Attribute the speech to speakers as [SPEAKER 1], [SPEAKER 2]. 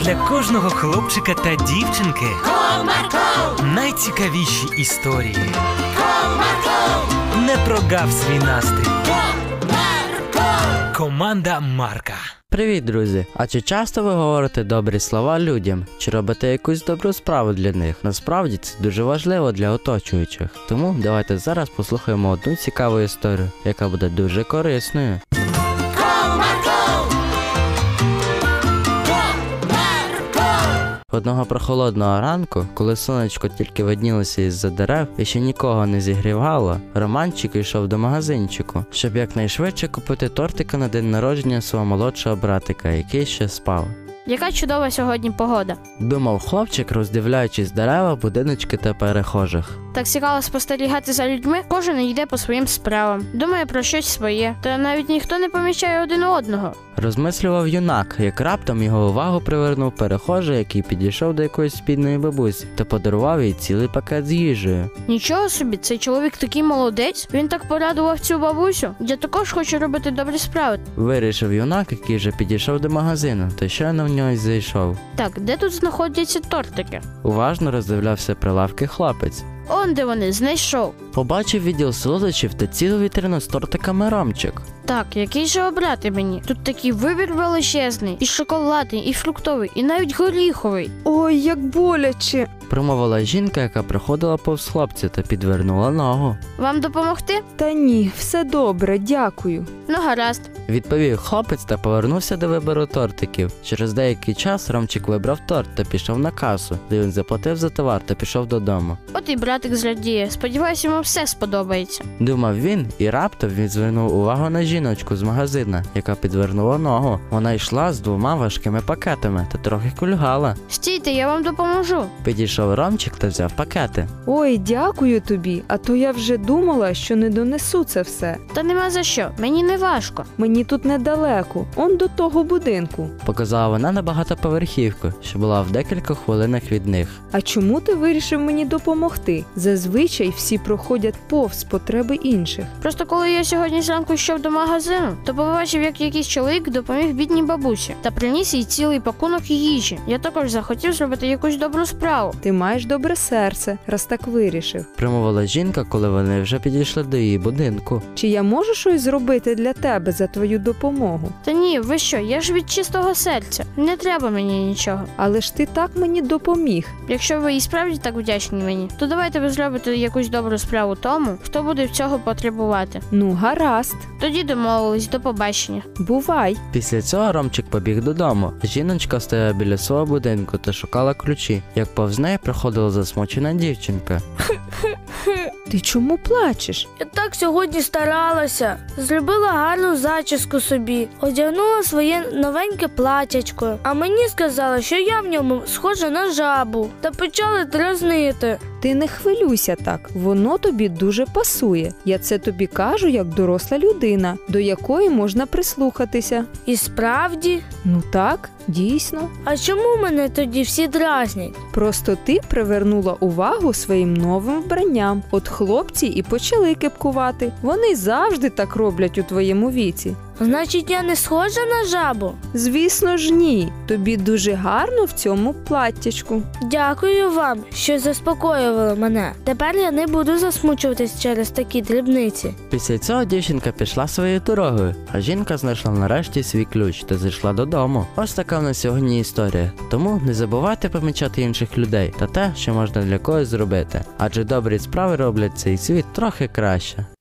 [SPEAKER 1] для кожного хлопчика та дівчинки
[SPEAKER 2] Comarco,
[SPEAKER 1] найцікавіші історії.
[SPEAKER 2] Comarco,
[SPEAKER 1] Не прогав свій настрій.
[SPEAKER 2] Comarco.
[SPEAKER 1] Команда Марка.
[SPEAKER 3] Привіт, друзі! А чи часто ви говорите добрі слова людям, чи робите якусь добру справу для них? Насправді це дуже важливо для оточуючих. Тому давайте зараз послухаємо одну цікаву історію, яка буде дуже корисною. Одного прохолодного ранку, коли сонечко тільки виднілося із-за дерев і ще нікого не зігрівало, Романчик йшов до магазинчику, щоб якнайшвидше купити тортика на день народження свого молодшого братика, який ще спав.
[SPEAKER 4] Яка чудова сьогодні погода.
[SPEAKER 3] Думав хлопчик, роздивляючись дерева, будиночки та перехожих.
[SPEAKER 4] Так цікаво спостерігати за людьми, кожен йде по своїм справам, думає про щось своє, та навіть ніхто не помічає один одного.
[SPEAKER 3] Розмислював юнак, як раптом його увагу привернув перехожий, який підійшов до якоїсь спідної бабусі та подарував їй цілий пакет з їжею.
[SPEAKER 4] Нічого собі, цей чоловік такий молодець. Він так порадував цю бабусю. Я також хочу робити добрі справи.
[SPEAKER 3] Вирішив юнак, який вже підійшов до магазину, та щойно в нього й зайшов.
[SPEAKER 4] Так, де тут знаходяться тортики?
[SPEAKER 3] Уважно роздивлявся прилавки хлопець.
[SPEAKER 4] Он де вони знайшов.
[SPEAKER 3] Побачив відділ солодощів та цілу вітрину з тортиками ромчик.
[SPEAKER 4] Так, який же обрати мені? Тут такий вибір величезний, і шоколадний, і фруктовий, і навіть горіховий.
[SPEAKER 5] Ой, як боляче.
[SPEAKER 3] Промовила жінка, яка проходила повз хлопця та підвернула ногу.
[SPEAKER 4] Вам допомогти?
[SPEAKER 5] Та ні, все добре, дякую.
[SPEAKER 4] Ну гаразд.
[SPEAKER 3] Відповів хлопець та повернувся до вибору тортиків. Через деякий час Ромчик вибрав торт та пішов на касу, де він заплатив за товар та пішов додому.
[SPEAKER 4] От і братик зрадіє. Сподіваюсь, йому все сподобається.
[SPEAKER 3] Думав він, і раптом він звернув увагу на жіночку з магазина, яка підвернула ногу. Вона йшла з двома важкими пакетами та трохи кульгала.
[SPEAKER 4] Стійте, я вам допоможу.
[SPEAKER 3] Підійшов Ромчик та взяв пакети.
[SPEAKER 5] Ой, дякую тобі, а то я вже думала, що не донесу це все.
[SPEAKER 4] Та нема за що, мені не важко.
[SPEAKER 5] Мені тут недалеко, он до того будинку.
[SPEAKER 3] Показала вона на багатоповерхівку, що була в декількох хвилинах від них.
[SPEAKER 5] А чому ти вирішив мені допомогти? Зазвичай всі проходять повз потреби інших.
[SPEAKER 4] Просто коли я сьогодні зранку йшов до магазину, то побачив, як якийсь чоловік допоміг бідній бабусі та приніс їй цілий пакунок їжі. Я також захотів зробити якусь добру справу.
[SPEAKER 5] Ти маєш добре серце, раз так вирішив.
[SPEAKER 3] Примовила жінка, коли вони вже підійшли до її будинку.
[SPEAKER 5] Чи я можу щось зробити для тебе за твою допомогу?
[SPEAKER 4] Та ні, ви що, я ж від чистого серця. Не треба мені нічого.
[SPEAKER 5] Але ж ти так мені допоміг.
[SPEAKER 4] Якщо ви і справді так вдячні мені, то давайте ви зробите якусь добру справу тому, хто буде цього потребувати.
[SPEAKER 5] Ну, гаразд,
[SPEAKER 4] Тоді домовились, до побачення.
[SPEAKER 5] бувай.
[SPEAKER 3] Після цього Ромчик побіг додому. Жіночка стояла біля свого будинку та шукала ключі. Як повз неї проходила засмучена дівчинка.
[SPEAKER 5] Ти чому плачеш?
[SPEAKER 6] Я так сьогодні старалася, зробила гарну зачіску собі, одягнула своє новеньке платячко, а мені сказали, що я в ньому схожа на жабу, та почали дразнити.
[SPEAKER 5] Ти не хвилюйся так, воно тобі дуже пасує. Я це тобі кажу як доросла людина, до якої можна прислухатися.
[SPEAKER 6] І справді,
[SPEAKER 5] Ну так, дійсно.
[SPEAKER 6] а чому мене тоді всі дразнять?
[SPEAKER 5] Просто ти привернула увагу своїм новим вбранням. От хлопці і почали кепкувати. Вони завжди так роблять у твоєму віці.
[SPEAKER 6] Значить, я не схожа на жабу.
[SPEAKER 5] Звісно ж, ні. Тобі дуже гарно в цьому платтячку.
[SPEAKER 6] Дякую вам, що заспокоювали мене. Тепер я не буду засмучуватись через такі дрібниці.
[SPEAKER 3] Після цього дівчинка пішла своєю дорогою, а жінка знайшла нарешті свій ключ та зайшла додому. Ось така в нас сьогодні історія. Тому не забувайте помічати інших людей та те, що можна для когось зробити. Адже добрі справи роблять цей світ трохи краще.